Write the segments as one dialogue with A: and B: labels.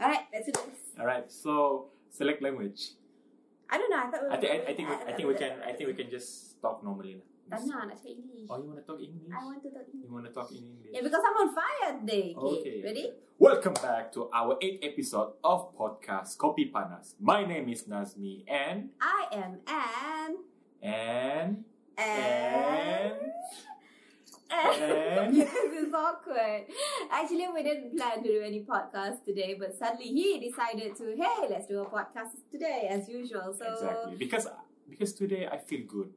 A: All right, let's do this.
B: All right. So select language.
A: I don't know. I thought we were
B: I think I, I
A: doing
B: think we,
A: that.
B: I think we can I think we can just talk normally. lah.
A: Tanya, nak cakap English.
B: Oh, you wanna talk English?
A: I want to talk English.
B: You wanna talk in English?
A: Yeah, because I'm on fire today.
B: Okay.
A: Ready?
B: Welcome back to our eighth episode of podcast Kopi Panas. My name is Nazmi and
A: I am an
B: and
A: and
B: And-
A: yes, it's awkward. Actually, we didn't plan to do any podcast today, but suddenly he decided to, hey, let's do a podcast today as usual. So
B: exactly because because today I feel good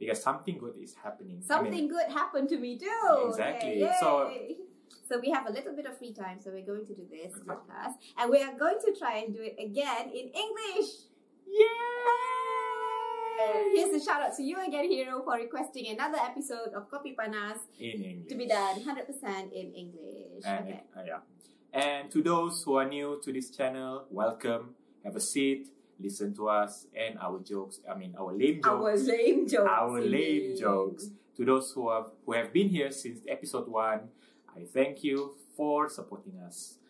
B: because something good is happening. I
A: something
B: mean,
A: good happened to me too.
B: Exactly.
A: Yay,
B: So-
A: yay. So we have a little bit of free time, so we're going to do this
B: Exactly.
A: podcast, and we are going to try and do it again in English.
B: Yay!
A: Here's a shout out to you again, Hero, for requesting another episode of Copy Panas
B: in English
A: to be done 100% in English.
B: And
A: okay.
B: uh, yeah, and to those who are new to this channel, welcome. Have a seat, listen to us and our jokes. I mean, our lame jokes.
A: Our lame jokes.
B: our lame
A: indeed.
B: jokes. To those who have who have been here since episode one, I thank you for supporting us.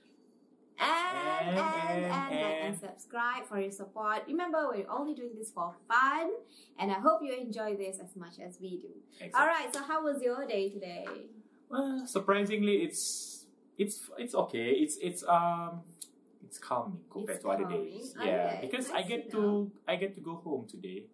A: And and and,
B: And, and,
A: and, like and
B: and.
A: subscribe for your support. Remember, we're only doing this for fun, and I hope you enjoy this as much as we do. All right. So, how was your day today?
B: Well, surprisingly, it's it's it's okay. It's it's um it's calming compared
A: It's
B: to other
A: calming.
B: days.
A: Okay,
B: yeah, because I
A: nice to
B: get to
A: know.
B: I get to go home today.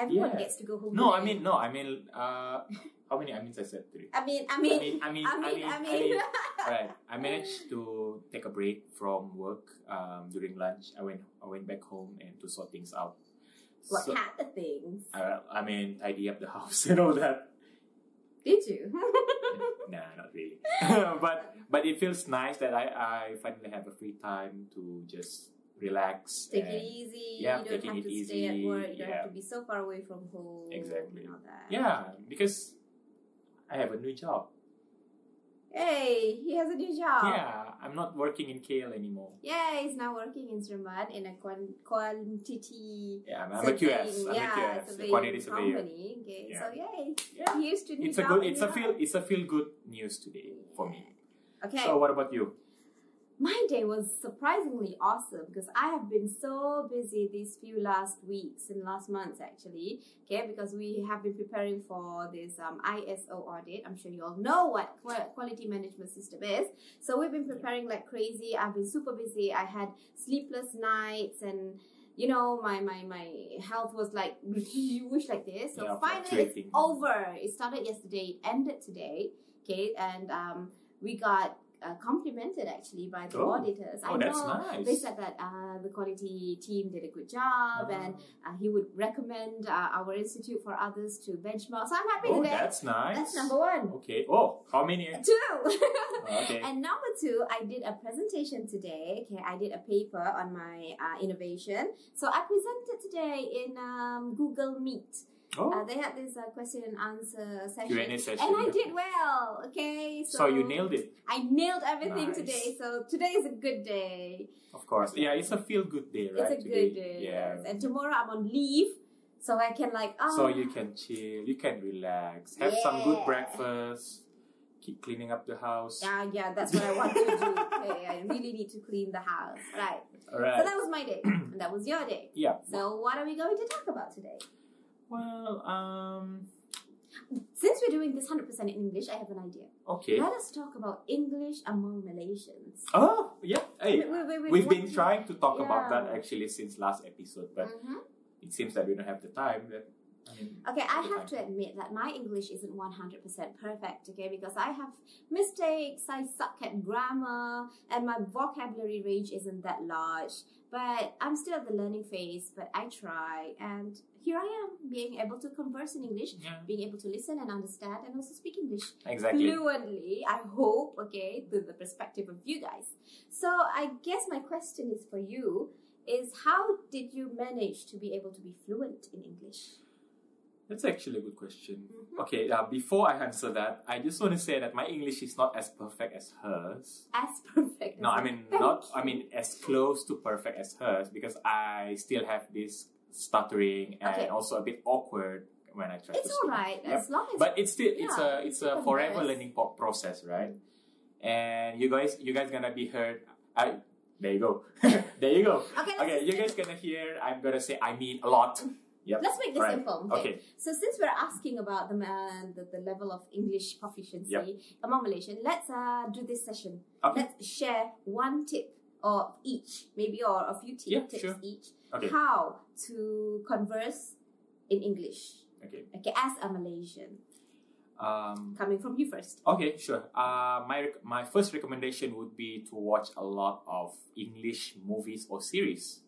A: Everyone
B: Yeah.
A: gets to go home.
B: No, I
A: today.
B: mean no, I mean uh, how many? I mean, I said three.
A: I mean, I
B: I
A: mean,
B: mean, I mean,
A: I mean, I mean.
B: right. I managed to take a break from work um, during lunch. I went I went back home and to sort things out.
A: What
B: So-
A: kind of things
B: I, I mean, tidy up the house and all that.
A: did you?
B: nah, not really. but but it feels nice that I, I finally have a free time to just relax.
A: Take
B: and-
A: it easy.
B: yeah,
A: you don't
B: taking
A: have
B: it
A: to stay at
B: easy,
A: work. You don't have
B: yeah.
A: to be so far away from home.
B: Exactly.
A: And all that.
B: Yeah, because I have a new job.
A: Hey, he has a new job.
B: Yeah, I'm not working in KL anymore.
A: Yeah, he's now working in Sriman in a quan- quantity.
B: Yeah, I'm, I'm a QS. I'm
A: yeah,
B: a QS, a
A: surveying
B: quantity surveyor.
A: company. Okay,
B: Yeah.
A: so yay.
B: Yeah.
A: Here's to new
B: It's a
A: job
B: good.
A: and
B: It's a
A: new
B: feel.
A: life.
B: It's a feel good news today for me.
A: Okay.
B: So what about you?
A: My day was surprisingly awesome because I have been so busy these few last weeks and last months actually. Okay, because we have been preparing for this um, ISO audit. I'm sure you all know what qua- quality management system is. So we've been preparing like crazy. I've been super busy. I had sleepless nights and you know my my my health was like wish like this. So
B: Yeah,
A: finally it's
B: fluctuating.
A: over. It started yesterday, it ended today. Okay, and um, we got uh, complimented actually by the
B: Oh.
A: auditors.
B: Oh,
A: I
B: that's
A: know
B: nice.
A: they said that uh, the quality team did a good job
B: Uh-huh.
A: and
B: Oh,
A: uh, he would recommend uh, our institute for others to benchmark. So I'm happy
B: oh,
A: today.
B: that's nice.
A: That's number one.
B: Okay. Oh, how many?
A: Two.
B: Oh, okay.
A: and number two, I did a presentation today. Okay, I did a paper on my uh, innovation. So I presented today in um, Google Meet. Uh,
B: Oh,
A: they had this uh, question and answer session.
B: Q&A session.
A: And I
B: yeah.
A: did well. Okay, so,
B: So you nailed it.
A: I nailed everything
B: Nice.
A: today. So today is a good day.
B: Of course. Yeah, it's a feel good day, right?
A: it's a
B: today?
A: good day.
B: Yeah.
A: yes. And tomorrow I'm on leave, so I can like ah.
B: So you can chill, you can relax, have some good
A: Yeah.
B: breakfast, keep cleaning up the house.
A: Yeah, yeah, that's what I want to do. Okay, I really need to clean the house. Right.
B: All
A: So
B: right.
A: that was my day, and that was your day.
B: yeah.
A: So what are we going to talk about today?
B: Well, um,
A: Since we're doing this 100% in English, I have an idea.
B: okay.
A: Let us talk about English among Malaysians.
B: Oh, yeah. Hey,
A: We- we- we- we
B: we've
A: want
B: been
A: to-
B: trying to talk about
A: Yeah.
B: that actually since last episode, but
A: Mhm.
B: it seems that we don't have the time. That, I mean,
A: Okay, I
B: Okay.
A: have to admit that my English isn't 100% perfect, okay, because I have mistakes, I suck at grammar, and my vocabulary range isn't that large. But I'm still at the learning phase, but I try, and here I am, being able to converse in English,
B: yeah,
A: being able to listen and understand, and also speak English
B: exactly.
A: fluently, I hope, okay, through the perspective of you guys. So I guess my question is for you. Is how did you manage to be able to be fluent in English?
B: That's actually a good question.
A: Mhm.
B: Okay, uh, before I answer that, I just want to say that my English is not as perfect as hers.
A: as perfect. as
B: No, I mean
A: Thank
B: not. I
A: you.
B: mean as close to perfect as hers because I still have this stuttering and
A: Okay.
B: also a bit awkward when I try. to
A: it's all
B: speak.
A: right
B: Yep.
A: as long as.
B: But it's still it's
A: Yeah,
B: a it's
A: you
B: a
A: can
B: forever
A: converse.
B: learning po- process, right? And you guys you guys gonna be heard. I There you go. there you go.
A: Okay, let's,
B: Okay, you guys gonna hear I'm gonna say I mean a lot. Yep.
A: let's make this
B: Right.
A: simple.
B: Okay.
A: So since we're asking about the, man, the, the level of English proficiency
B: Yep.
A: among Malaysian, let's uh, do this session.
B: Okay.
A: Let's share one tip or each, maybe or a few tip,
B: Yeah,
A: tips
B: sure.
A: each,
B: Okay.
A: how to converse in English.
B: Okay.
A: Okay, as a Malaysian,
B: Um,
A: coming from you first.
B: okay, sure. Uh, my rec- my first recommendation would be to watch a lot of English movies or series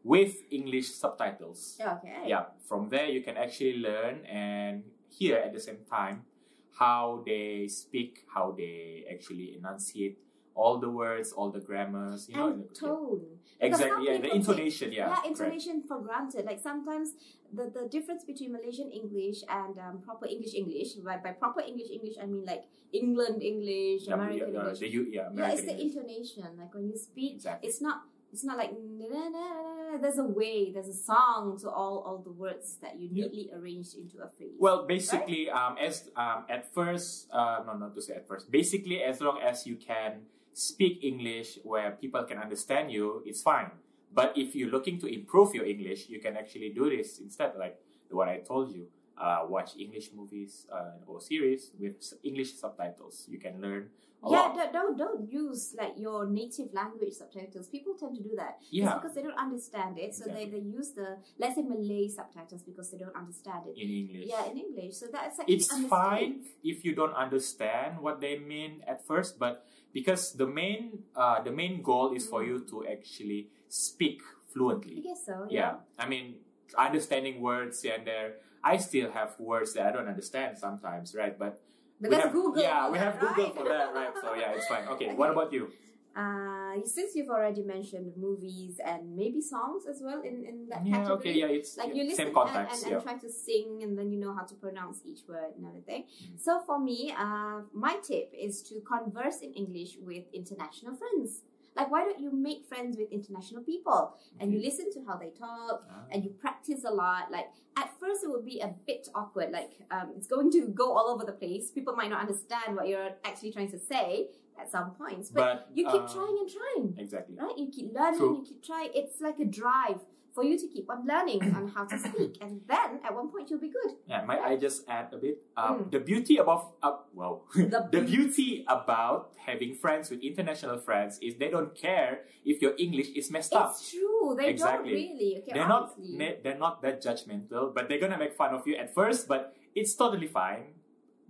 B: with English subtitles.
A: Okay.
B: Yeah, from there you can actually learn and hear at the same time how they speak, how they actually enunciate all the words, all the grammars, you know,
A: and tone. Because some
B: exactly, yeah, the
A: people take-
B: intonation, yeah,
A: yeah,
B: correct.
A: intonation for granted. Like sometimes the, the difference between Malaysian English and um, proper English English, by, by proper English English, I mean like England English,
B: Yeah,
A: American
B: yeah, yeah,
A: English.
B: the U,
A: yeah,
B: yeah,
A: it's
B: American
A: the
B: English.
A: intonation. Like when you speak,
B: Exactly.
A: it's not it's not like na- na- na- na- na- there's a way, there's a song to all all the words that you
B: Yeah.
A: neatly arranged into a phrase.
B: Well, basically, um, as um, at first, uh, no, not to say at first. Basically, as long as you can speak English where people can understand you, it's fine. But if you're looking to improve your English, you can actually do this instead, like what I told you. Uh, watch English movies uh, or series with s- English subtitles. You can learn a
A: yeah,
B: lot.
A: don't, don't don't use like your native language subtitles. People tend to do that. It's
B: Yeah,
A: because they don't understand it, so
B: Exactly.
A: they, they use the let's say Malay subtitles because they don't understand it.
B: in English.
A: Yeah, in English. So that's like
B: it's
A: understand.
B: fine if you don't understand what they mean at first but because the main uh, the main goal is
A: Mm.
B: for you to actually speak
A: I
B: fluently
A: guess so.
B: yeah i mean understanding words here and there i still have words that i don't understand sometimes right but
A: But
B: we
A: that's
B: have,
A: Google.
B: yeah
A: for
B: we
A: that,
B: have google
A: right?
B: for that right so yeah it's fine okay, what about you
A: Uh, since you've already mentioned movies and maybe songs as well in, in that
B: yeah
A: category.
B: okay yeah it's
A: Like
B: yeah,
A: you listen
B: same
A: and, and,
B: context
A: and
B: yeah
A: try to sing, and then you know how to pronounce each word and everything.
B: Mhm.
A: So for me, uh, my tip is to converse in English with international friends. Like, why don't you make friends with international people and you
B: Okay.
A: listen to how they talk
B: Ah.
A: and you practice a lot? Like, at first it would be a bit awkward. Like, um, it's going to go all over the place. People might not understand what you're actually trying to say at some points, but,
B: but
A: you keep
B: uh,
A: trying and trying
B: exactly
A: right? You keep learning,
B: True.
A: you keep trying. It's like a drive for you to keep on learning on how to speak, and then at one point you'll be good.
B: Yeah, might I just add a bit? Um,
A: Mm.
B: The beauty about uh, well,
A: The
B: the, beauty about having friends with international friends is they don't care if your English is messed up.
A: It's true. They
B: Exactly.
A: don't really. Okay,
B: They're not
A: honestly.
B: ne- they're not that judgmental, but they're gonna make fun of you at first. But it's totally fine.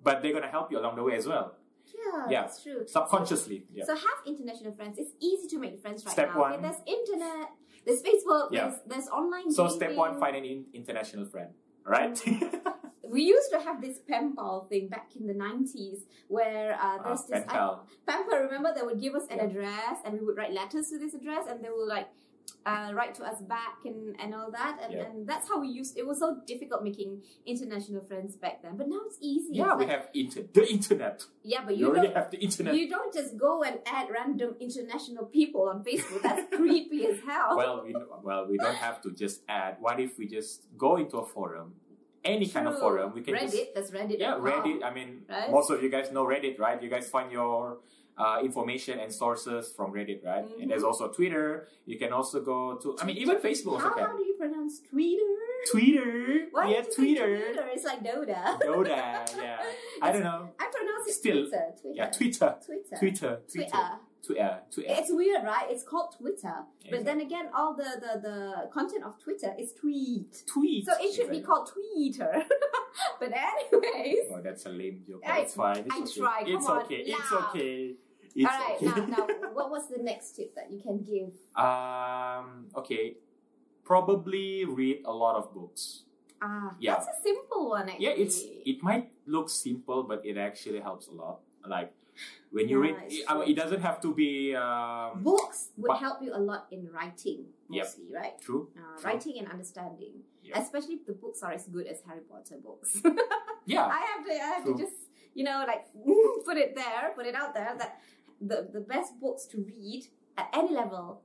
B: But they're gonna help you along the way as well,
A: yeah,
B: Yeah.
A: that's true.
B: subconsciously. Yeah.
A: So have international friends. It's easy to make friends right
B: Step
A: now.
B: one.
A: Okay, there's internet. There's Facebook.
B: Yeah.
A: There's, there's online.
B: So step
A: dating.
B: one, find an in- international friend. All right.
A: We used to have this pen pal thing back in the nineties, where uh,
B: Uh,
A: there's this I-
B: pen pal.
A: Pamper, remember they would give us an
B: Yeah.
A: address and we would write letters to this address and they would like uh, write to us back and, and all that and,
B: Yeah.
A: and that's how we used it was so difficult making international friends back then but now it's easy It's
B: Yeah, we
A: like-
B: have inter- the internet.
A: yeah but
B: You
A: you
B: already
A: don't
B: have the internet.
A: you don't just go and add random international people on Facebook that's creepy as hell
B: well, we well we don't have to just add. What if we just go into a forum, any kind of
A: True.
B: forum? We can
A: Reddit
B: just
A: that's Reddit
B: yeah Reddit. I mean,
A: Right?
B: most of you guys know Reddit, right? You guys find your uh, information and sources from Reddit, right?
A: Mhm.
B: And there's also Twitter. You can also go to. I mean, even Facebook
A: how,
B: also can.
A: how do you pronounce Twitter
B: Twitter,
A: why did
B: yeah,
A: you say
B: Twitter,
A: Twitter it's like Doda
B: Doda, yeah. I don't know.
A: I pronounce it
B: Still,
A: Twitter Twitter
B: Yeah, Twitter,
A: Twitter
B: Twitter, Twitter,
A: Twitter.
B: Twitter, Twitter.
A: It's weird, right? It's called Twitter, but then again, all the, the, the content of Twitter is tweet.
B: tweet.
A: So it should be called Twitter. but anyways,
B: Oh, that's a lame joke.
A: I-
B: but it's fine. It's
A: I
B: okay.
A: tried. Come
B: It's
A: on,
B: okay. It's
A: now.
B: okay. It's
A: all right.
B: okay.
A: Now, now, what was the next tip that you can give?
B: um. Okay. Probably read a lot of books.
A: Ah,
B: Yeah.
A: that's a simple one. Actually.
B: Yeah, it's it might look simple, but it actually helps a lot. Like when you
A: Yeah,
B: read,
A: it's
B: I mean,
A: true.
B: it doesn't have to be um,
A: Books would
B: but-
A: help you a lot in writing,
B: Yep.
A: mostly, right?
B: true.
A: Uh,
B: True.
A: writing and understanding,
B: Yeah.
A: especially if the books are as good as Harry Potter books.
B: Yeah,
A: I have to, I have to
B: True.
A: just, you know, like put it there, put it out there that the, the best books to read at any level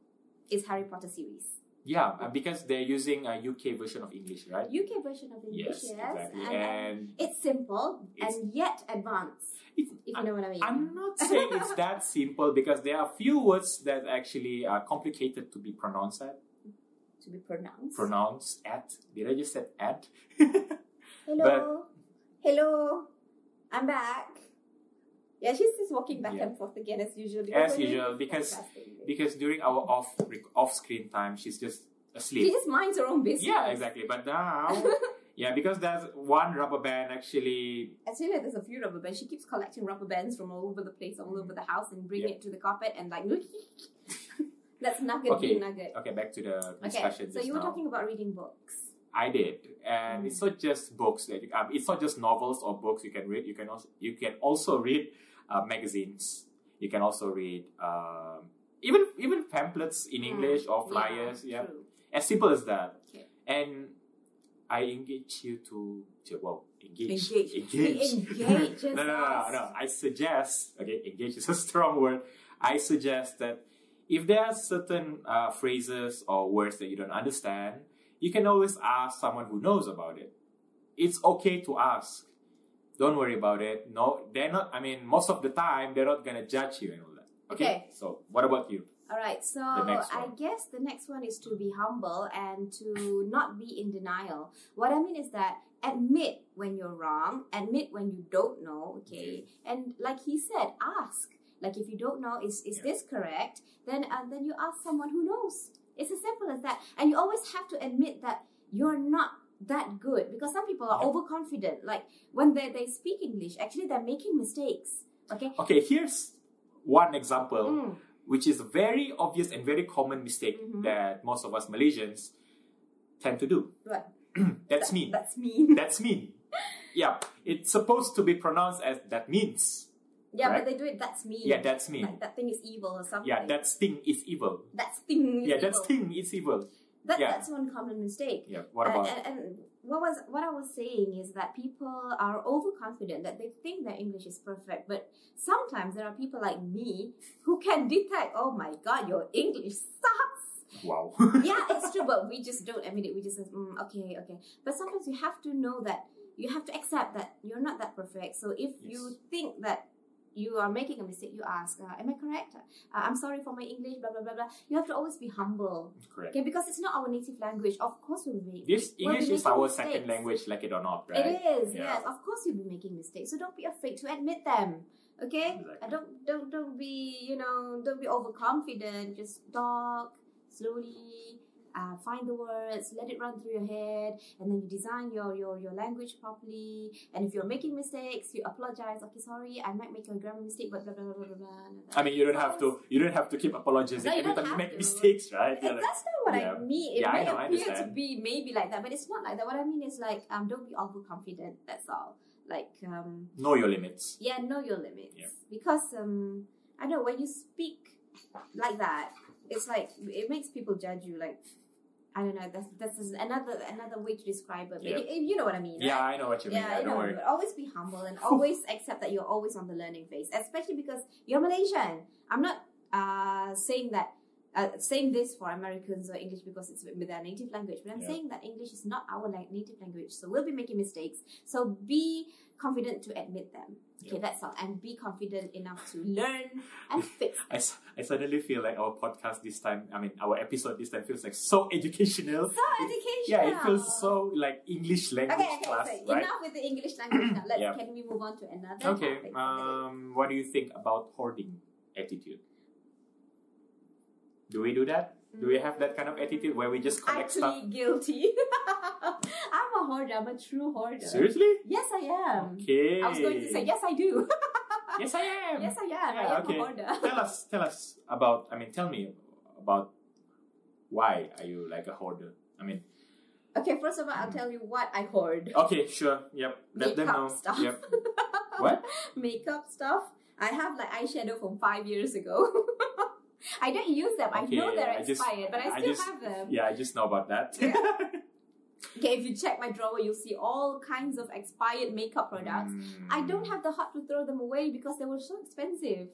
A: is Harry Potter series.
B: yeah, uh, because they're using a UK version of English, right?
A: UK version of English, yes,
B: Yes, exactly.
A: and, um,
B: And
A: it's simple
B: It's-
A: and yet advanced.
B: It's,
A: if you know what I mean.
B: I'm not saying it's that simple because there are few words that actually are complicated to be pronounced at.
A: to be pronounced.
B: Pronounced at. Did I just say at?
A: Hello. Hello. I'm back. Yeah, she's just walking back
B: Yeah.
A: and forth again as usual.
B: As
A: we're doing
B: usual, because-
A: fantastic English.
B: because during our off off screen time, she's just
A: she
B: asleep.
A: just minds her own business.
B: Yeah, exactly. But now, yeah, because there's one rubber band actually.
A: Actually, there's a few rubber bands. She keeps collecting rubber bands from all over the place, all over the house, and bring
B: Mm-hmm. Yeah.
A: it to the carpet and like, that's nugget
B: Okay.
A: being nugget.
B: Okay, back to the discussion
A: Okay, so
B: just
A: you were
B: now.
A: talking about reading books.
B: I did, and
A: Mm.
B: it's not just books. That you, um, it's not just novels or books you can read. You can also you can also read uh, magazines. You can also read um, even even pamphlets in
A: Mm.
B: English or flyers. Yeah,
A: true.
B: as simple as that.
A: Okay.
B: And I engage you to to- well engage
A: Engage.
B: engage
A: Engage
B: no, no, no,
A: us.
B: no, no. I suggest okay, engage is a strong word. I suggest that if there are certain uh, phrases or words that you don't understand, you can always ask someone who knows about it. It's okay to ask. Don't worry about it. No, they're not. I mean, most of the time they're not gonna judge you and all that. Okay.
A: Okay.
B: So what about you?
A: All right, so
B: next
A: I
B: one.
A: guess the next one is to be humble and to not be in denial. What I mean is that admit when you're wrong, admit when you don't know, okay? And like he said, ask. Like if you don't know, is, is
B: Yeah.
A: this correct? Then uh, then you ask someone who knows. It's as simple as that. And you always have to admit that you're not that good because some people are
B: Yeah.
A: overconfident. Like when they, they speak English, actually they're making mistakes, okay?
B: Okay. Here's one example.
A: Mm.
B: which is a very obvious and very common mistake
A: Mhm.
B: that most of us Malaysians tend to do.
A: Right.
B: That's mean.
A: That's mean.
B: That's mean. Yeah, it's supposed to be pronounced as that means.
A: Yeah,
B: Right?
A: but they do it. That's mean.
B: Yeah, that's mean.
A: Like that thing is evil or something.
B: Yeah, that thing is evil.
A: that's thing. Is
B: Yeah,
A: evil.
B: that thing is evil.
A: That,
B: yeah.
A: That's one common mistake.
B: Yeah, what
A: And-
B: about?
A: and, and, what was what I was saying is that people are overconfident that they think their English is perfect, but sometimes there are people like me who can detect. Oh my God, your English sucks.
B: wow.
A: yeah, it's true, but we just don't admit it. We just say, mm, okay, okay. But sometimes you have to know that you have to accept that you're not that perfect. So if you
B: Yes.
A: think that you are making a mistake, you ask, uh, "Am I correct? Uh, I'm sorry for my English." Blah blah blah blah. You have to always be humble,
B: Correct.
A: okay? Because it's not our native language. Of course, we'll be.
B: This
A: we'll be
B: English is
A: making
B: our
A: mistakes.
B: second language, like it or not, right?
A: It is, yes.
B: Yeah.
A: Of course, you'll be making mistakes. So don't be afraid to admit them. Okay,
B: Exactly.
A: Uh, don't don't don't be you know don't be overconfident. Just talk slowly. Uh, find the words, let it run through your head, and then you design your, your your language properly. And if you're making mistakes, you apologize. Okay, sorry, I might make a grammar mistake, but blah blah blah blah blah. blah.
B: I mean, you don't have to. You don't have to keep apologizing
A: No, you
B: every
A: don't
B: time you
A: have
B: make
A: to.
B: mistakes, right?
A: And
B: You're like,
A: that's not what
B: yeah.
A: I mean. It
B: Yeah, I
A: may
B: know, I
A: appear to
B: understand.
A: be maybe like that, but it's not like that. What I mean is like um, don't be overconfident. That's all. Like um,
B: know your limits.
A: yeah, know your limits.
B: Yeah.
A: Because um, I know when you speak like that, it's like it makes people judge you. Like I don't know. That's that's just another another way to describe it. But
B: Yeah.
A: you, you know what I mean.
B: Yeah,
A: Right?
B: I know what you mean.
A: Yeah, I
B: don't
A: know.
B: worry.
A: But always be humble and always accept that you're always on the learning phase, especially because you're Malaysian. I'm not uh, saying that, uh, saying this for Americans or English because it's with their native language, but I'm
B: Yeah.
A: saying that English is not our like, native language, so we'll be making mistakes. So be confident to admit them. Okay, that's all. And be confident enough to learn and fix.
B: I, s- I suddenly feel like our podcast this time, I mean, our episode this time feels like so educational.
A: So education.
B: Yeah, it feels so like English language
A: Okay, okay,
B: class,
A: so
B: right?
A: enough with the English language now. Let's,
B: Yeah.
A: Can we move on to another
B: Okay,
A: topic? for the day?
B: um, what do you think about hoarding attitude? Do we do that? Do we have that kind of attitude where we just collect
A: Actually
B: stuff?
A: guilty. I'm a hoarder. I'm a true hoarder.
B: Seriously?
A: Yes, I am.
B: Okay.
A: Um, I was going to say yes, I do.
B: Yes, I am.
A: yes, I am.
B: Yeah,
A: I am
B: okay.
A: a hoarder.
B: Tell us, tell us about. I mean, tell me about why are you like a hoarder? I mean,
A: Okay, first of all, I'll tell you what I hoard.
B: okay, sure, yep, let them
A: Makeup
B: know.
A: stuff.
B: Yep. What?
A: Makeup stuff. I have like eyeshadow from five years ago. I don't use them. I know
B: Okay,
A: they're
B: I just-
A: expired, but I
B: I
A: still
B: just-
A: have them.
B: Yeah, I just know about that.
A: Yeah. Okay, if you check my drawer, you'll see all kinds of expired makeup products.
B: Mm.
A: I don't have the heart to throw them away because they were so expensive.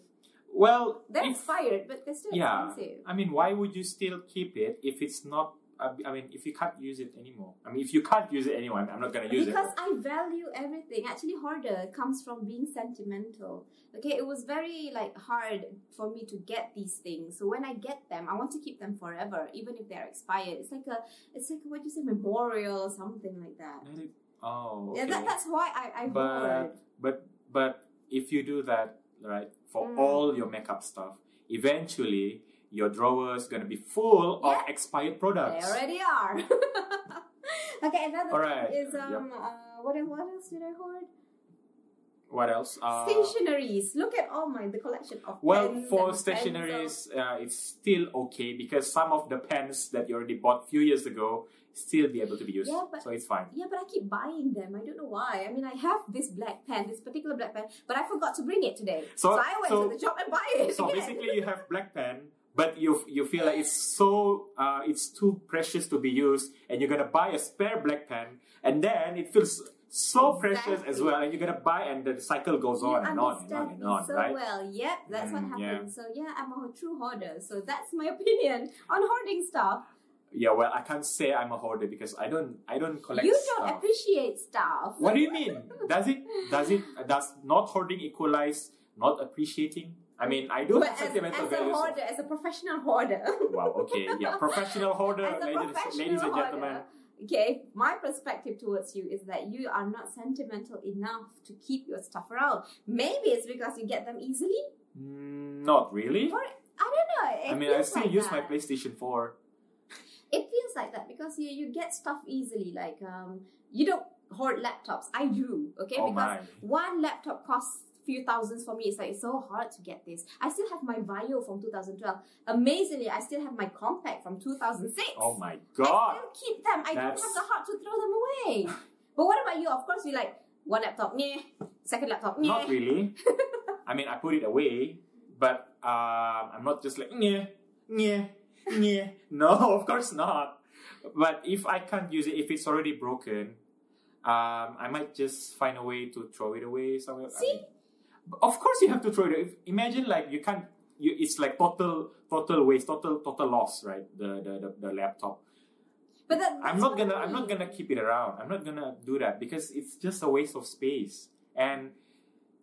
B: Well,
A: They're
B: if-
A: expired, but they're still
B: Yeah.
A: expensive.
B: I mean, why would you still keep it if it's not I I mean, if you can't use it anymore, I mean, if you can't use it anymore, I'm I'm not gonna use
A: because
B: it.
A: I value everything. Actually, hoarder comes from being sentimental. Okay, it was very like hard for me to get these things. So when I get them, I want to keep them forever, even if they're expired. It's like a, it's like what do you say, memorial or something like that.
B: Oh,
A: Yeah, that,
B: okay.
A: that's why I I hoard.
B: But- But but if you do that right for
A: Mm.
B: all your makeup stuff, eventually your drawer is gonna be full of
A: Yeah.
B: expired
A: They
B: products.
A: already are. okay, another
B: Alright,
A: thing is um uh, what what else did I hoard?
B: What else? Uh,
A: stationaries. Look at all my the collection of
B: well,
A: pens
B: for
A: and pencils.
B: stationaries, uh, it's still okay because some of the pens that you already bought few years ago still be able to be used,
A: Yeah, but-
B: so it's fine.
A: Yeah, but I keep buying them. I don't know why. I mean, I have this black pen, this particular black pen, but I forgot to bring it today. So,
B: So-
A: I went
B: so-
A: to the shop and buy it.
B: So
A: again.
B: basically, you have black pen, but you you feel like it's so uh, it's too precious to be used, and you're gonna buy a spare black pen, and then it feels so precious as
A: Exactly.
B: well, and you're gonna buy, and the cycle goes
A: you
B: on and on and
A: understand
B: on and
A: me
B: on,
A: so
B: right?
A: well. Yep, that's what
B: Mm, yeah.
A: happened. So yeah, I'm a true hoarder. So that's my opinion on hoarding stuff.
B: Yeah, well, I can't say I'm a hoarder because I don't I don't collect
A: you don't
B: stuff.
A: appreciate stuff.
B: What do you mean? Does it does it does not hoarding equalize not appreciating? I mean, I do
A: But as,
B: have sentimental
A: as a
B: values.
A: hoarder, as a professional hoarder.
B: Wow. Okay. Yeah. Professional hoarder,
A: As a
B: ladies,
A: professional
B: ladies and
A: hoarder,
B: gentlemen.
A: Okay, my perspective towards you is that you are not sentimental enough to keep your stuff around. Maybe it's because you get them easily.
B: Mm, Not really.
A: I don't know. It
B: I mean, I
A: feels
B: still
A: like
B: use
A: that.
B: my PlayStation 4.
A: It feels like that because you, you get stuff easily. Like um, you don't hoard laptops. I do. Okay,
B: oh
A: because
B: my.
A: one laptop costs few thousands for me. It's like it's so hard to get this. I still have my Vio from 2012. Amazingly, I still have my Compact from 2006.
B: Oh
A: I
B: my god.
A: still keep them. I don't
B: That's-
A: have the heart to throw them away. but what about you? Of course, you like one laptop, meh. Second laptop, meh.
B: Not really. I mean, I put it away, but um, I'm not just like, yeah, yeah, yeah. No, of course not. But if I can't use it, if it's already broken, um, I might just find a way to throw it away somewhere. I
A: See?
B: mean, but of course, you have to throw it. Away. Imagine like you can't. You, it's like total, total waste, total, total loss, right? The the, the, the laptop.
A: But that,
B: I'm
A: that's
B: not
A: what
B: gonna
A: I
B: I'm not
A: mean.
B: gonna keep it around. I'm not gonna do that because it's just a waste of space. And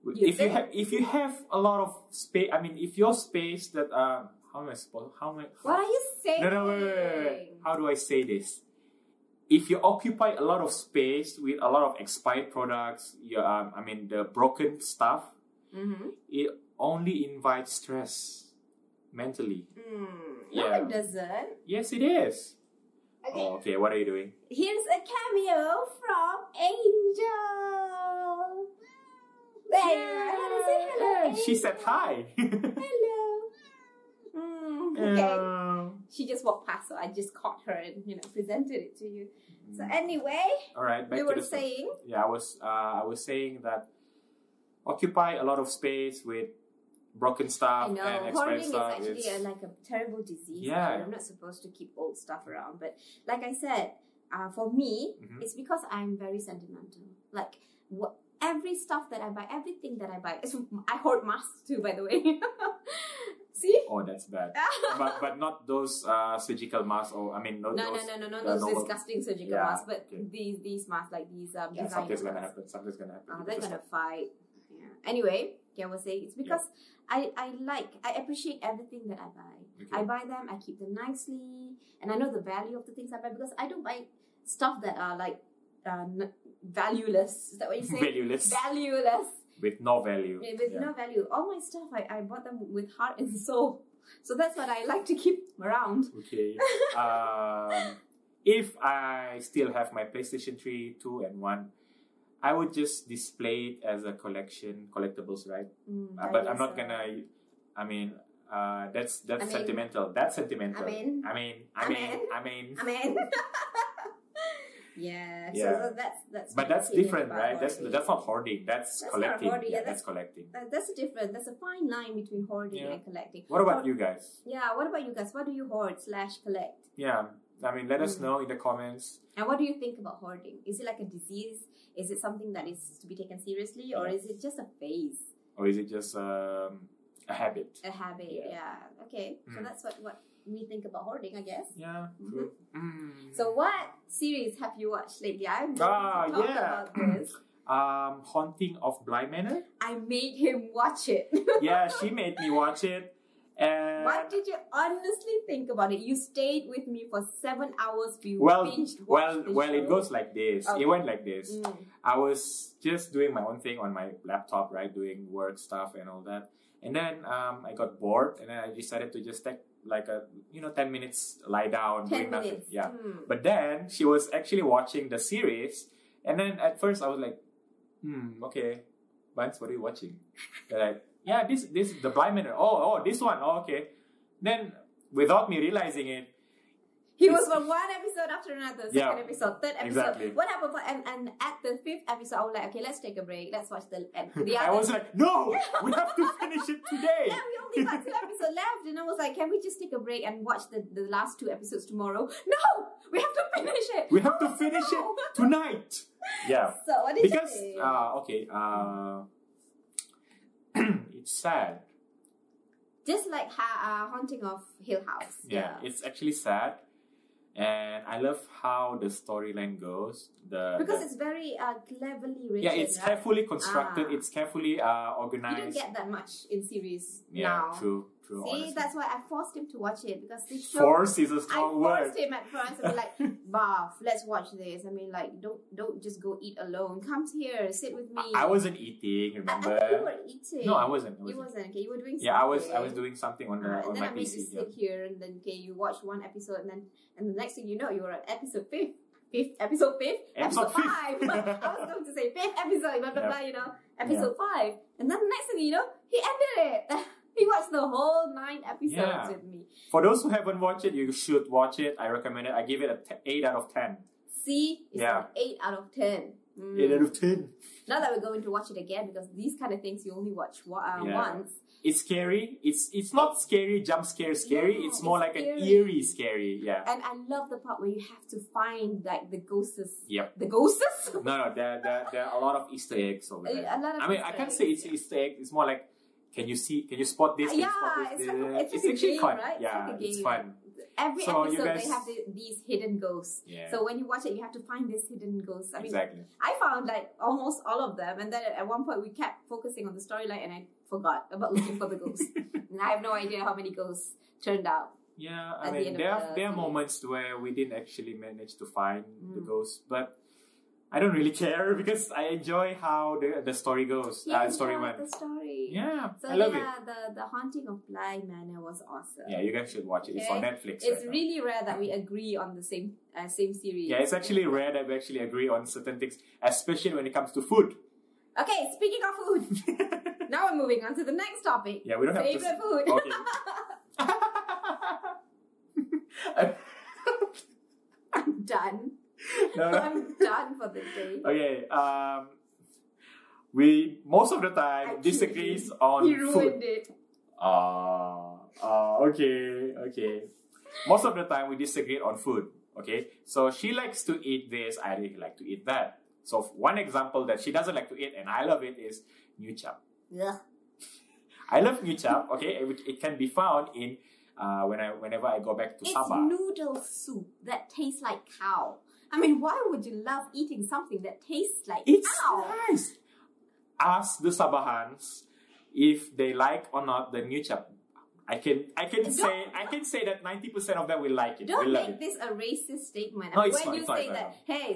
B: w-
A: You
B: if you
A: think?
B: have if you have a lot of space, I mean, if your space that um, how am I supposed how am I
A: What are you saying?
B: no no wait, wait, wait, wait. how do I say this? If you occupy a lot of space with a lot of expired products, your um, I mean the broken stuff,
A: Mm-hmm.
B: it only invites stress mentally.
A: Mm. No,
B: Yeah.
A: it doesn't.
B: Yes, it is.
A: Okay.
B: Oh, okay, what are you doing?
A: Here's a cameo from Angel. There you are. Hello, say hello.
B: Yeah, She said
A: Angel.
B: hi.
A: Hello. Mm, okay.
B: Um,
A: She just walked past, so I just caught her and you know presented it to you. So anyway,
B: All right, Mm. back
A: you
B: to
A: were
B: the story.
A: saying
B: Yeah, I was uh, I was saying that occupy a lot of space with broken
A: I
B: stuff
A: know
B: and
A: hoarding
B: expensive
A: is
B: stuff.
A: actually
B: It's-
A: a, like a terrible disease.
B: Yeah.
A: and I'm not supposed to keep old stuff around, but like I said, uh, for me,
B: Mhm.
A: it's because I'm very sentimental. Like wh- every stuff that I buy, everything that I buy, I hoard masks too, by the way. See.
B: oh, that's bad. but but not those uh, surgical masks or I mean not
A: No, no,
B: those.
A: no, no, no,
B: the
A: those
B: normal-
A: disgusting surgical
B: Yeah,
A: masks, but
B: okay.
A: these these masks, like these um,
B: Yeah,
A: designer
B: something's gonna
A: masks.
B: happen. Something's gonna happen.
A: Uh,
B: You
A: they're
B: just-
A: gonna fight. Yeah. Anyway, yeah, I was saying it's because I, I like I appreciate everything that I buy.
B: Okay.
A: I buy them, I keep them nicely, and I know the value of the things I buy because I don't buy stuff that are like uh, n- valueless. Is that what you say?
B: Valueless
A: valueless.
B: with no value.
A: Yeah, With
B: Yeah.
A: no value. All my stuff I, I bought them with heart and soul. So that's what I like to keep around.
B: Okay. um, if I still have my PlayStation 3, 2, and 1, I would just display it as a collection, collectibles, right?
A: Mm,
B: Uh,
A: I
B: but
A: guess
B: I'm not
A: so.
B: gonna. I mean, uh, that's
A: I
B: that's
A: mean-
B: sentimental. That's sentimental.
A: I mean-
B: I mean, I
A: I
B: mean,
A: mean-
B: I mean.
A: I mean, yeah.
B: Yeah.
A: So, so that's that's.
B: But
A: my
B: that's
A: opinion
B: different,
A: about
B: right? That's
A: hoarding.
B: that's not hoarding. That's,
A: That's not
B: collecting.
A: hoarding,
B: yeah,
A: yeah,
B: that's collecting.
A: That, that's a different. That's a fine line between hoarding
B: Yeah.
A: and collecting.
B: What about
A: Hoard-
B: you guys?
A: Yeah. What about you guys? What do you hoard slash collect?
B: Yeah, I mean, let us
A: Mm.
B: know in the comments.
A: And what do you think about hoarding? Is it like a disease? Is it something that is to be taken seriously, or is it just a phase,
B: Or is it just um, a habit?
A: a habit?
B: Yeah.
A: Yeah. Okay. So
B: Mm.
A: that's what what we think about hoarding, I guess.
B: Yeah. True. Mm.
A: Mm-hmm. So, what series have you watched lately? I'm going
B: Ah,
A: to talk
B: yeah.
A: about this.
B: um, Haunting of Bly Manor.
A: I made him watch it.
B: yeah, she made me watch it, and
A: What did you honestly think about it? You stayed with me for seven hours. We
B: Well,
A: binged
B: well,
A: watched the
B: well, it
A: show.
B: goes like this.
A: Okay.
B: It went like this.
A: Mm.
B: I was just doing my own thing on my laptop, right, doing work stuff and all that. And then um, I got bored, and then I decided to just take like a you know ten minutes lie down,
A: Ten
B: doing nothing.
A: minutes.
B: Yeah.
A: Mm.
B: But then she was actually watching the series, and then at first I was like, "Hmm, okay, Vance, what are you watching?" They're like, "Yeah, this this the blind man. Oh, oh, this one. Oh, okay." Then without me realizing it,
A: He was from one episode after another, second
B: Yeah.
A: episode, third episode,
B: Exactly.
A: whatever. but- And, and at the fifth episode, I was like, okay, let's take a break. Let's watch the and the
B: I
A: other.
B: was like, "No, we have to finish it today."
A: yeah, we only got two episodes left, and I was like, can we just take a break and watch the, the last two episodes tomorrow? No, we have to finish it.
B: We have to finish it tonight. Yeah,
A: So what did
B: because
A: you think?
B: uh, okay, uh, it's sad.
A: Just like ha- uh, haunting of Hill House.
B: yeah, it's actually sad and i love how the storyline goes the
A: because
B: the-
A: it's very uh, cleverly written.
B: yeah it's
A: right?
B: carefully constructed
A: Ah.
B: it's carefully uh
A: You don't
B: organized
A: get that much in series
B: yeah
A: now.
B: true true
A: See,
B: honestly.
A: that's why I forced him to watch it because the show.
B: four is
A: I
B: a strong word
A: forced him at first. I mean, like, Bath, let's watch this. I mean, like, don't don't just go eat alone. Come here, sit with me.
B: I- i wasn't eating
A: I, I thought you
B: remember
A: were eating.
B: no i wasn't, I
A: You
B: wasn't.
A: wasn't. Okay, you were doing.
B: yeah i was i
A: something.
B: was doing something on the
A: Uh, and
B: on
A: then
B: my
A: I made you
B: pc yeah.
A: sit here, and then okay, you watch one episode, and then and the next thing you know, you were at episode fifth, fifth episode fifth,
B: Episode fifth.
A: five. I was going to say fifth episode, blah blah
B: Yeah.
A: blah. You know, episode five, and then the next thing you know, he ended it. he watched the whole nine episodes
B: Yeah.
A: with me.
B: for those who haven't watched it you should watch it i recommend it i give it a t- 8 out of 10
A: See, it's
B: Yeah.
A: an eight out of ten. Mm.
B: 8 out of 10
A: Now that we're going to watch it again, because these kind of things you only watch wa- uh,
B: Yeah.
A: once.
B: it's scary it's it's not scary jump scare scary
A: Yeah,
B: it's more
A: it's
B: like an
A: eerie.
B: eerie scary yeah
A: And I love the part where you have to find like the ghosts.
B: Yep.
A: The ghosts.
B: No, no, there, there, there are a lot of Easter eggs over
A: A-
B: there.
A: a lot of
B: I mean, I
A: Easter
B: can't say
A: eggs,
B: it's Easter egg. It's more like, can you see? Can you spot this? Can you
A: yeah,
B: spot
A: it's
B: this?
A: like a-
B: Uh,
A: it's like a
B: actually
A: game,
B: fun.
A: right? It's
B: Yeah,
A: like a
B: it's
A: game.
B: fun.
A: Every
B: So you
A: episode
B: guys-
A: they have the, these hidden ghosts.
B: Yeah,
A: So when you watch it, you have to find these hidden ghosts. I mean,
B: exactly.
A: I found like almost all of them, and then at one point we kept focusing on the storyline, and I forgot about looking for the ghosts, and I have no idea how many ghosts turned out.
B: Yeah,
A: At
B: I
A: the
B: mean,
A: end of the
B: there are, there are
A: series.
B: moments where we didn't actually manage to find the
A: Mm.
B: ghost, but I don't really care because I enjoy how the, the story goes.
A: Yeah,
B: uh, story went.
A: the story.
B: Yeah,
A: So
B: I love it.
A: yeah, the the haunting of Bly Manor was awesome.
B: Yeah, you guys should watch it. It's on
A: Okay.
B: Netflix.
A: It's
B: right now.
A: really rare that we agree on the same uh, same series.
B: Yeah, it's actually rare that we actually agree on certain things, especially when it comes to food.
A: okay. Speaking of food, now we're moving on to the next topic.
B: yeah, we don't have to. Oh.
A: Favorite food.
B: Okay.
A: I'm done.
B: no, no.
A: I'm done for the day.
B: Okay. Um, we most of the time
A: I
B: disagrees
A: He
B: on food.
A: ruined it.
B: Ah, ah, okay, okay. Most of the time we disagree on food. Okay, so she likes to eat this. I really like to eat that. So one example that she doesn't like to eat and I love it is new chap.
A: Yeah.
B: I love new chap. Okay, it, it can be found in uh, when I whenever I go back to
A: It's
B: Sabah.
A: noodle soup that tastes like cow. I mean, why would you love eating something that tastes like
B: It's
A: cow?
B: nice. Ask the Sabahans if they like or not the new chap. I can I can
A: Don't-
B: say I can say that ninety percent of them will like it.
A: Don't
B: will love
A: make
B: it.
A: this a racist statement. I
B: No,
A: mean,
B: it's
A: when
B: fine,
A: you
B: it's fine,
A: say
B: it's
A: that,
B: fine.
A: hey,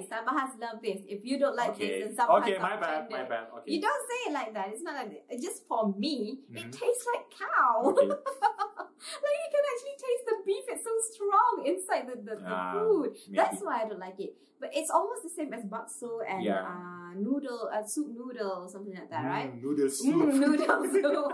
A: Sabahans love this. If you don't like
B: okay.
A: this, then Sabahans
B: okay,
A: are
B: my bad, my
A: offended.
B: bad. Okay.
A: You don't say it like that. It's not like that. It's Just for me, it
B: Mhm.
A: tastes like cow.
B: Okay.
A: like you can actually taste the beef. It's so strong inside the, the, the
B: Ah,
A: food. That's
B: maybe.
A: why I don't like it. But it's almost the same as bakso and
B: Yeah.
A: uh, noodle, uh, soup noodle, something like that, right?
B: Mm, noodle soup.
A: Mm, noodle soup.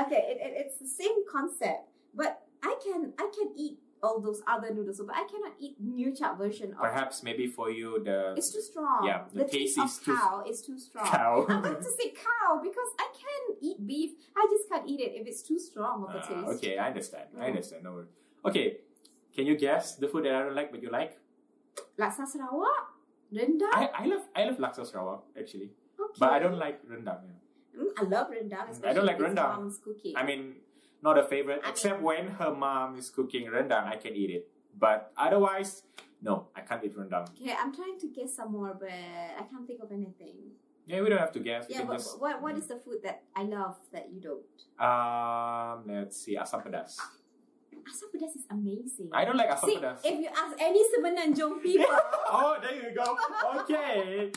A: okay, it, it, it's the same concept, but I can I can eat all those other noodles, but I cannot eat new chap version of.
B: Perhaps maybe for you the
A: It's too strong.
B: Yeah, the taste
A: of
B: is too-
A: cow is too strong.
B: cow.
A: I want to say cow because I can eat beef. I just can't eat it if it's too strong of a taste.
B: Ah, okay, I understand. I
A: Mm.
B: understand. No worries. Okay. Can you guess the food that I don't like but you like?
A: Laksa Sarawak, rendang.
B: I, I love I love laksa Sarawak actually,
A: okay.
B: but I don't like rendang. yeah.
A: Mm, I love rendang.
B: I
A: Especially
B: don't like
A: if it's
B: rendang.
A: mom's cooking.
B: I mean, Not a favorite,
A: I mean-
B: except when her mom is cooking rendang, I can eat it. But otherwise, no, I can't eat rendang.
A: Okay, I'm trying to guess some more, but I can't think of anything.
B: Yeah, we don't have to guess. we
A: Yeah, but
B: can just,
A: what, what is the food that I love that you don't?
B: Um, let's see, asam pedas.
A: Asam pedas is amazing.
B: I don't like asam
A: See,
B: pedas.
A: if you ask any Semenanjung people,
B: oh, there you go. Okay.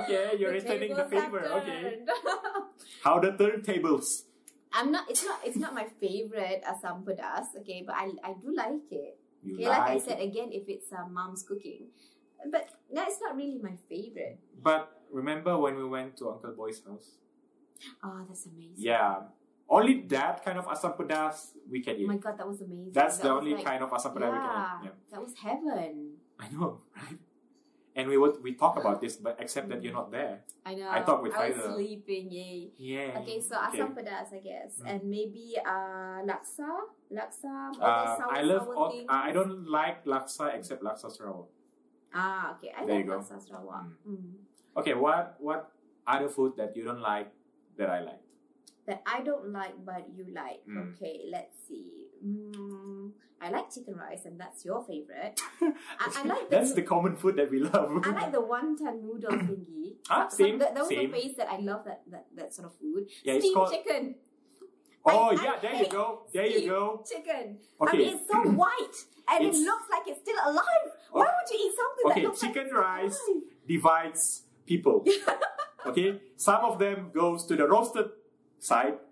B: okay. You're returning the
A: tables have
B: favor. Okay.
A: turned.
B: How the turntables.
A: I'm not. It's not. It's not my favorite asam pedas. Okay, but I, I do like it.
B: You
A: Okay, like I
B: like
A: said
B: it.
A: again, if it's uh, mom's cooking, but that's not really my favorite.
B: But remember when we went to Uncle Boy's house?
A: Oh, that's amazing.
B: Yeah. Only that kind of asam pedas we can
A: Oh
B: eat.
A: my god, that was amazing.
B: That's
A: That
B: the
A: was
B: only
A: like-
B: kind of asam pedas we
A: Yeah,
B: can eat. Yeah.
A: that was heaven.
B: I know, right? And we would we talk about this, but except that you're not there.
A: I know.
B: I talked with
A: I was
B: Faizal.
A: sleeping. Yay.
B: Yeah.
A: Okay, so asam pedas, I guess,
B: Mm.
A: and maybe uh laksa, laksa. all those
B: Um,
A: sour-
B: I love.
A: sour
B: All, uh,
A: things.
B: I I don't like laksa except laksa sarawak.
A: Ah, okay. I
B: There
A: like
B: you go.
A: laksa Sarawak.
B: Mm.
A: Mm.
B: Okay, what what other food that you don't like that I like?
A: that I don't like but you like.
B: Mm.
A: Okay, let's see. Mm, I like chicken rice, and that's your favorite. I, I like the,
B: That's the common food that we love.
A: I like the wonton noodle thingy.
B: Ah,
A: So
B: same,
A: that, that was a
B: same.
A: phase that I love that, that, that sort of food.
B: yeah, it's
A: Steamed
B: called.
A: chicken.
B: Oh
A: I-
B: yeah,
A: I
B: there you
A: hate
B: go. There you
A: steamed
B: go.
A: Chicken. I mean,
B: Okay.
A: it's so white and it
B: It's-
A: looks like it's still alive. Why would you eat something
B: Okay,
A: that looks
B: chicken
A: like it's
B: rice.
A: alive?
B: divides people. okay, some of them goes to the roasted side.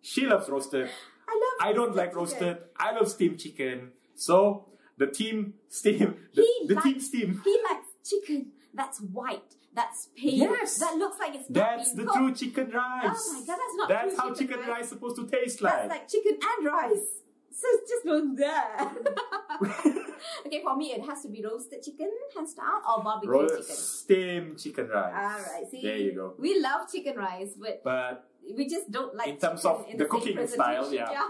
B: She loves roasted.
A: I love.
B: I don't
A: steamed
B: like
A: chicken.
B: roasted. I love steamed chicken. So the team steam the,
A: He
B: the team
A: likes-
B: steam.
A: He likes chicken that's white, that's pale,
B: Yes.
A: that looks like it's not being
B: That's the
A: cooked.
B: true chicken rice.
A: Oh my God, that's not
B: That's
A: true
B: how
A: chicken
B: chicken rice
A: rice.
B: is supposed to taste
A: That's
B: like.
A: like chicken and rice. So it's just not there. okay, for me it has to be roasted chicken, hands down, or barbecue
B: Ro-
A: chicken.
B: steamed chicken rice.
A: Alright, Ah, see
B: There you go.
A: We love chicken rice, but
B: But
A: we just don't like
B: In terms
A: chicken
B: of
A: in
B: the
A: same
B: cooking style,
A: presentation.
B: yeah.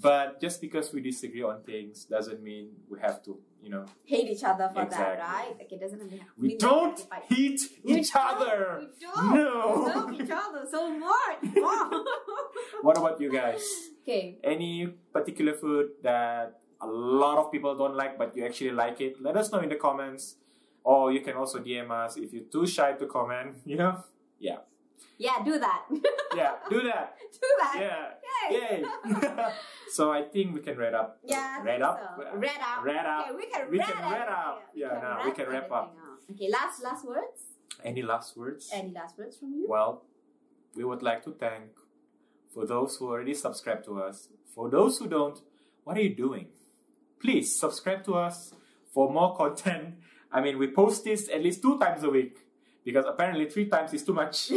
B: but just because we disagree on things doesn't mean we have to, you know,
A: Hate each other for that,
B: Exactly.
A: right? Okay, doesn't have to
B: we
A: mean that
B: don't
A: have to fight.
B: hate
A: We
B: each
A: don't,
B: other.
A: We don't.
B: No.
A: We love each other so much. Wow.
B: What about you guys?
A: okay.
B: any particular food that a lot of people don't like but you actually like it let us know in the comments or you can also dm us if you're too shy to comment you know
A: Yeah, do that. do
B: yeah do that
A: that.
B: yeah
A: Yay.
B: yay so i think we can wrap up
A: Yeah, I
B: Read
A: think
B: up?
A: So. Read up.
B: Read up.
A: Okay, we can
B: We
A: read
B: can read
A: up.
B: up. Yeah, no, we can wrap up.
A: everything up. Okay, last last words.
B: any last words
A: Any last words from you?
B: well we would like to thank for those who already subscribe to us for those who don't what are you doing please subscribe to us for more content. I mean, we post this at least two times a week because apparently three times is too much.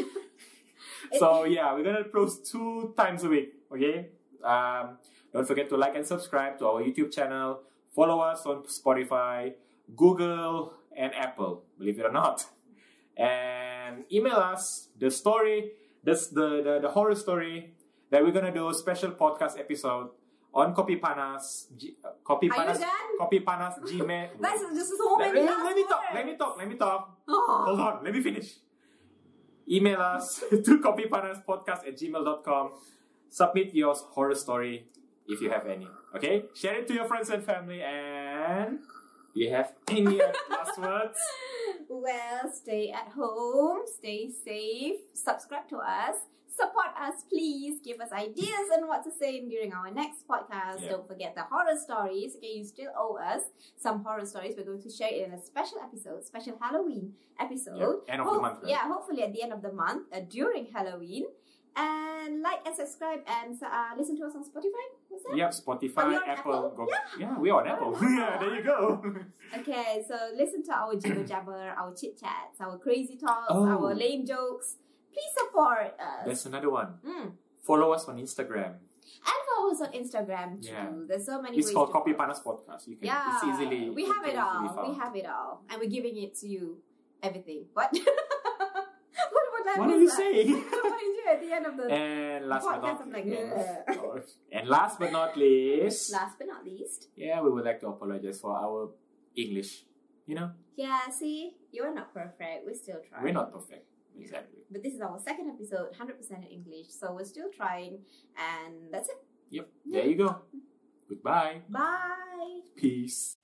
B: so yeah, we're gonna post two times a week. Okay. Um, don't forget to like and subscribe to our YouTube channel. Follow us on Spotify, Google, and Apple. Believe it or not, and email us the story, this the the, the horror story that we're gonna do a special podcast episode on Copy Panas, G, uh, Copy
A: Are you
B: Panas,
A: done?
B: Copy Panas Gmail.
A: That's just so
B: let,
A: many
B: let-
A: last
B: let me talk.
A: words.
B: Let me talk. Let me talk.
A: Oh.
B: Hold on. Let me finish. Email us to copypanaspodcast at gmail.com. Submit your horror story if you have any. Okay? Share it to your friends and family. And do you have any last words?
A: Well, stay at home, stay safe, subscribe to us, support us, please. Give us ideas on what to say during our next podcast.
B: Yeah.
A: Don't forget the horror stories. Okay, you still owe us some horror stories. We're going to share it in a special episode, special Halloween episode.
B: Yeah, end of the
A: Hope-
B: month, right?
A: Yeah, hopefully at the end of the month uh, during Halloween. And like and subscribe and uh, listen to us on Spotify. Was that?
B: Yep,
A: Are we
B: Spotify,
A: on
B: Apple,
A: Apple?
B: Google. Yeah, we're on
A: We're
B: Apple.
A: on
B: yeah,
A: Apple.
B: there you go.
A: Okay, so listen to our jibber jabber, our chit chats, our crazy talks,
B: Oh.
A: our lame jokes. Please support us.
B: There's another one.
A: Mm.
B: Follow us on Instagram.
A: And follow us on Instagram too.
B: Yeah.
A: There's so many
B: It's
A: ways.
B: called
A: to
B: Copy
A: follow.
B: Panas Podcast. You can,
A: Yeah,
B: it's easily.
A: we have
B: can
A: it
B: easily
A: all. We
B: found.
A: have it all, and we're giving it to you. Everything. What? what would that
B: What
A: be
B: are you
A: like?
B: saying?
A: what did you at the end of the
B: And last
A: Podcast,
B: but not
A: I'm like,
B: least, and last but not least,
A: Last but not least,
B: yeah, we would like to apologize for our English. You know,
A: yeah. See, you are not perfect. We're still trying.
B: we're not perfect, exactly.
A: But this is our second episode, hundred percent in English. So we're still trying, and that's it.
B: Yep. There you go. Goodbye.
A: Bye.
B: Peace.